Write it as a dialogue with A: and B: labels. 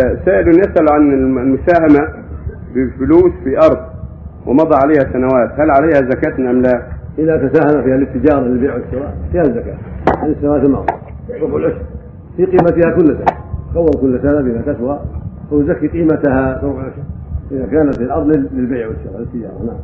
A: سائل يسأل عن المساهمة بفلوس في أرض ومضى عليها سنوات هل عليها زكاة أم لا؟
B: إذا تساهل فيها للتجارة للبيع والشراء فيها الزكاة عن السنوات الماضية ربع العشر في قيمتها كل سنة كون كل سنة بما تسوى ويزكي قيمتها ربع العشر إذا كانت الأرض للبيع والشراء للتجارة نعم